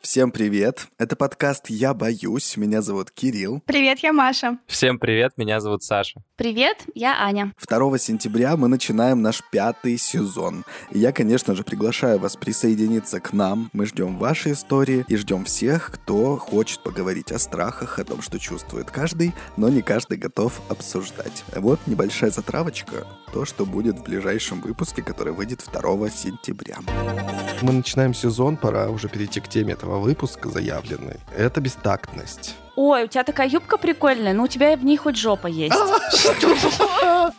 Всем привет! Это подкаст «Я боюсь». Меня зовут Кирилл. Привет, я Маша. Всем привет, меня зовут Саша. Привет, я Аня. 2 сентября мы начинаем наш пятый сезон. И я, конечно же, приглашаю вас присоединиться к нам. Мы ждем ваши истории и ждем всех, кто хочет поговорить о страхах, о том, что чувствует каждый, но не каждый готов обсуждать. Вот небольшая затравочка, то, что будет в ближайшем выпуске, который выйдет 2 сентября. Мы начинаем сезон, пора уже перейти к теме этого выпуска заявленной. Это бестактность. Ой, у тебя такая юбка прикольная, но у тебя в ней хоть жопа есть.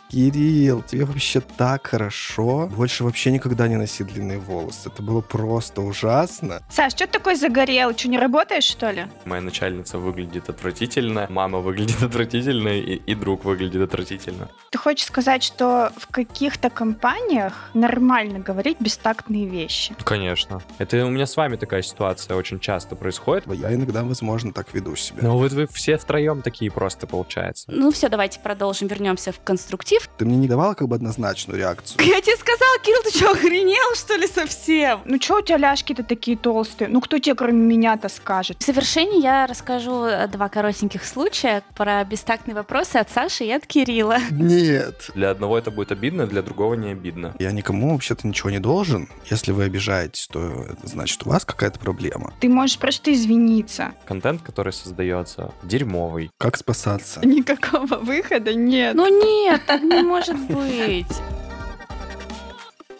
Кирилл, тебе вообще так хорошо. Больше вообще никогда не носи длинные волосы. Это было просто ужасно. Саш, что ты такой загорел? Что, не работаешь, что ли? Моя начальница выглядит отвратительно, мама выглядит отвратительно и, и друг выглядит отвратительно. Ты хочешь сказать, что в каких-то компаниях нормально говорить бестактные вещи? Ну, Конечно. Это у меня с вами такая ситуация очень часто происходит. Я иногда, возможно, так веду себя. Но вот вы все втроем такие просто получается. Ну все, давайте продолжим, вернемся в конструктив. Ты мне не давала как бы однозначную реакцию. Я тебе сказала, Кирилл, ты что, охренел, что ли, совсем? Ну что у тебя ляжки-то такие толстые? Ну кто тебе кроме меня-то скажет? В завершении я расскажу э, два коротеньких случая про бестактные вопросы от Саши и от Кирилла. Нет. Для одного это будет обидно, для другого не обидно. Я никому вообще-то ничего не должен. Если вы обижаетесь, то это значит у вас какая-то проблема. Ты можешь просто извиниться. Контент, который создается, дерьмовый. Как спасаться? Никакого выхода нет. Ну нет, так не может быть.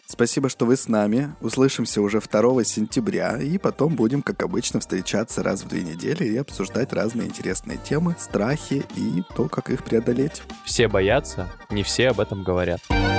Спасибо, что вы с нами. Услышимся уже 2 сентября, и потом будем, как обычно, встречаться раз в две недели и обсуждать разные интересные темы, страхи и то, как их преодолеть. Все боятся, не все об этом говорят.